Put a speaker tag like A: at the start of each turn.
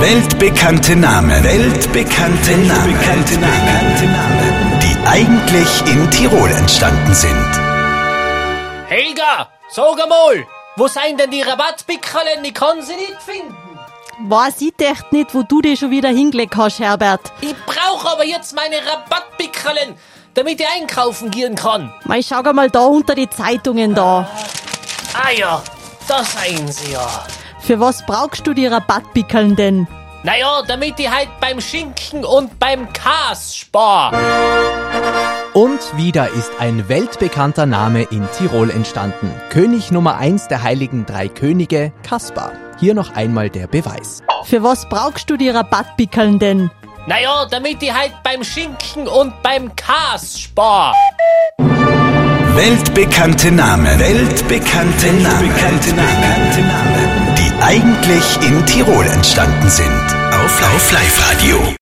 A: Weltbekannte Namen. Weltbekannte, Namen. Weltbekannte Namen. Die eigentlich in Tirol entstanden sind.
B: Helga, sag einmal, wo sind denn die Rabattpickerlen? Ich kann sie nicht finden.
C: Weiß ich echt nicht, wo du dich schon wieder hingelegt hast, Herbert.
B: Ich brauche aber jetzt meine Rabattpickerlen, damit ich einkaufen gehen kann.
C: Mal schau mal da unter die Zeitungen da.
B: Ah ja, da seien sie ja.
C: Für was brauchst du die Rabattpickeln denn?
B: Naja, damit ich halt beim Schinken und beim Kas spar.
D: Und wieder ist ein weltbekannter Name in Tirol entstanden. König Nummer 1 der heiligen drei Könige, Kaspar. Hier noch einmal der Beweis.
C: Für was brauchst du die Rabattpickeln denn?
B: Naja, damit ich halt beim Schinken und beim Kas spar.
A: Weltbekannte Namen. Weltbekannte, Namen. Weltbekannte Namen. Die eigentlich in Tirol entstanden sind. Auf Live-Radio.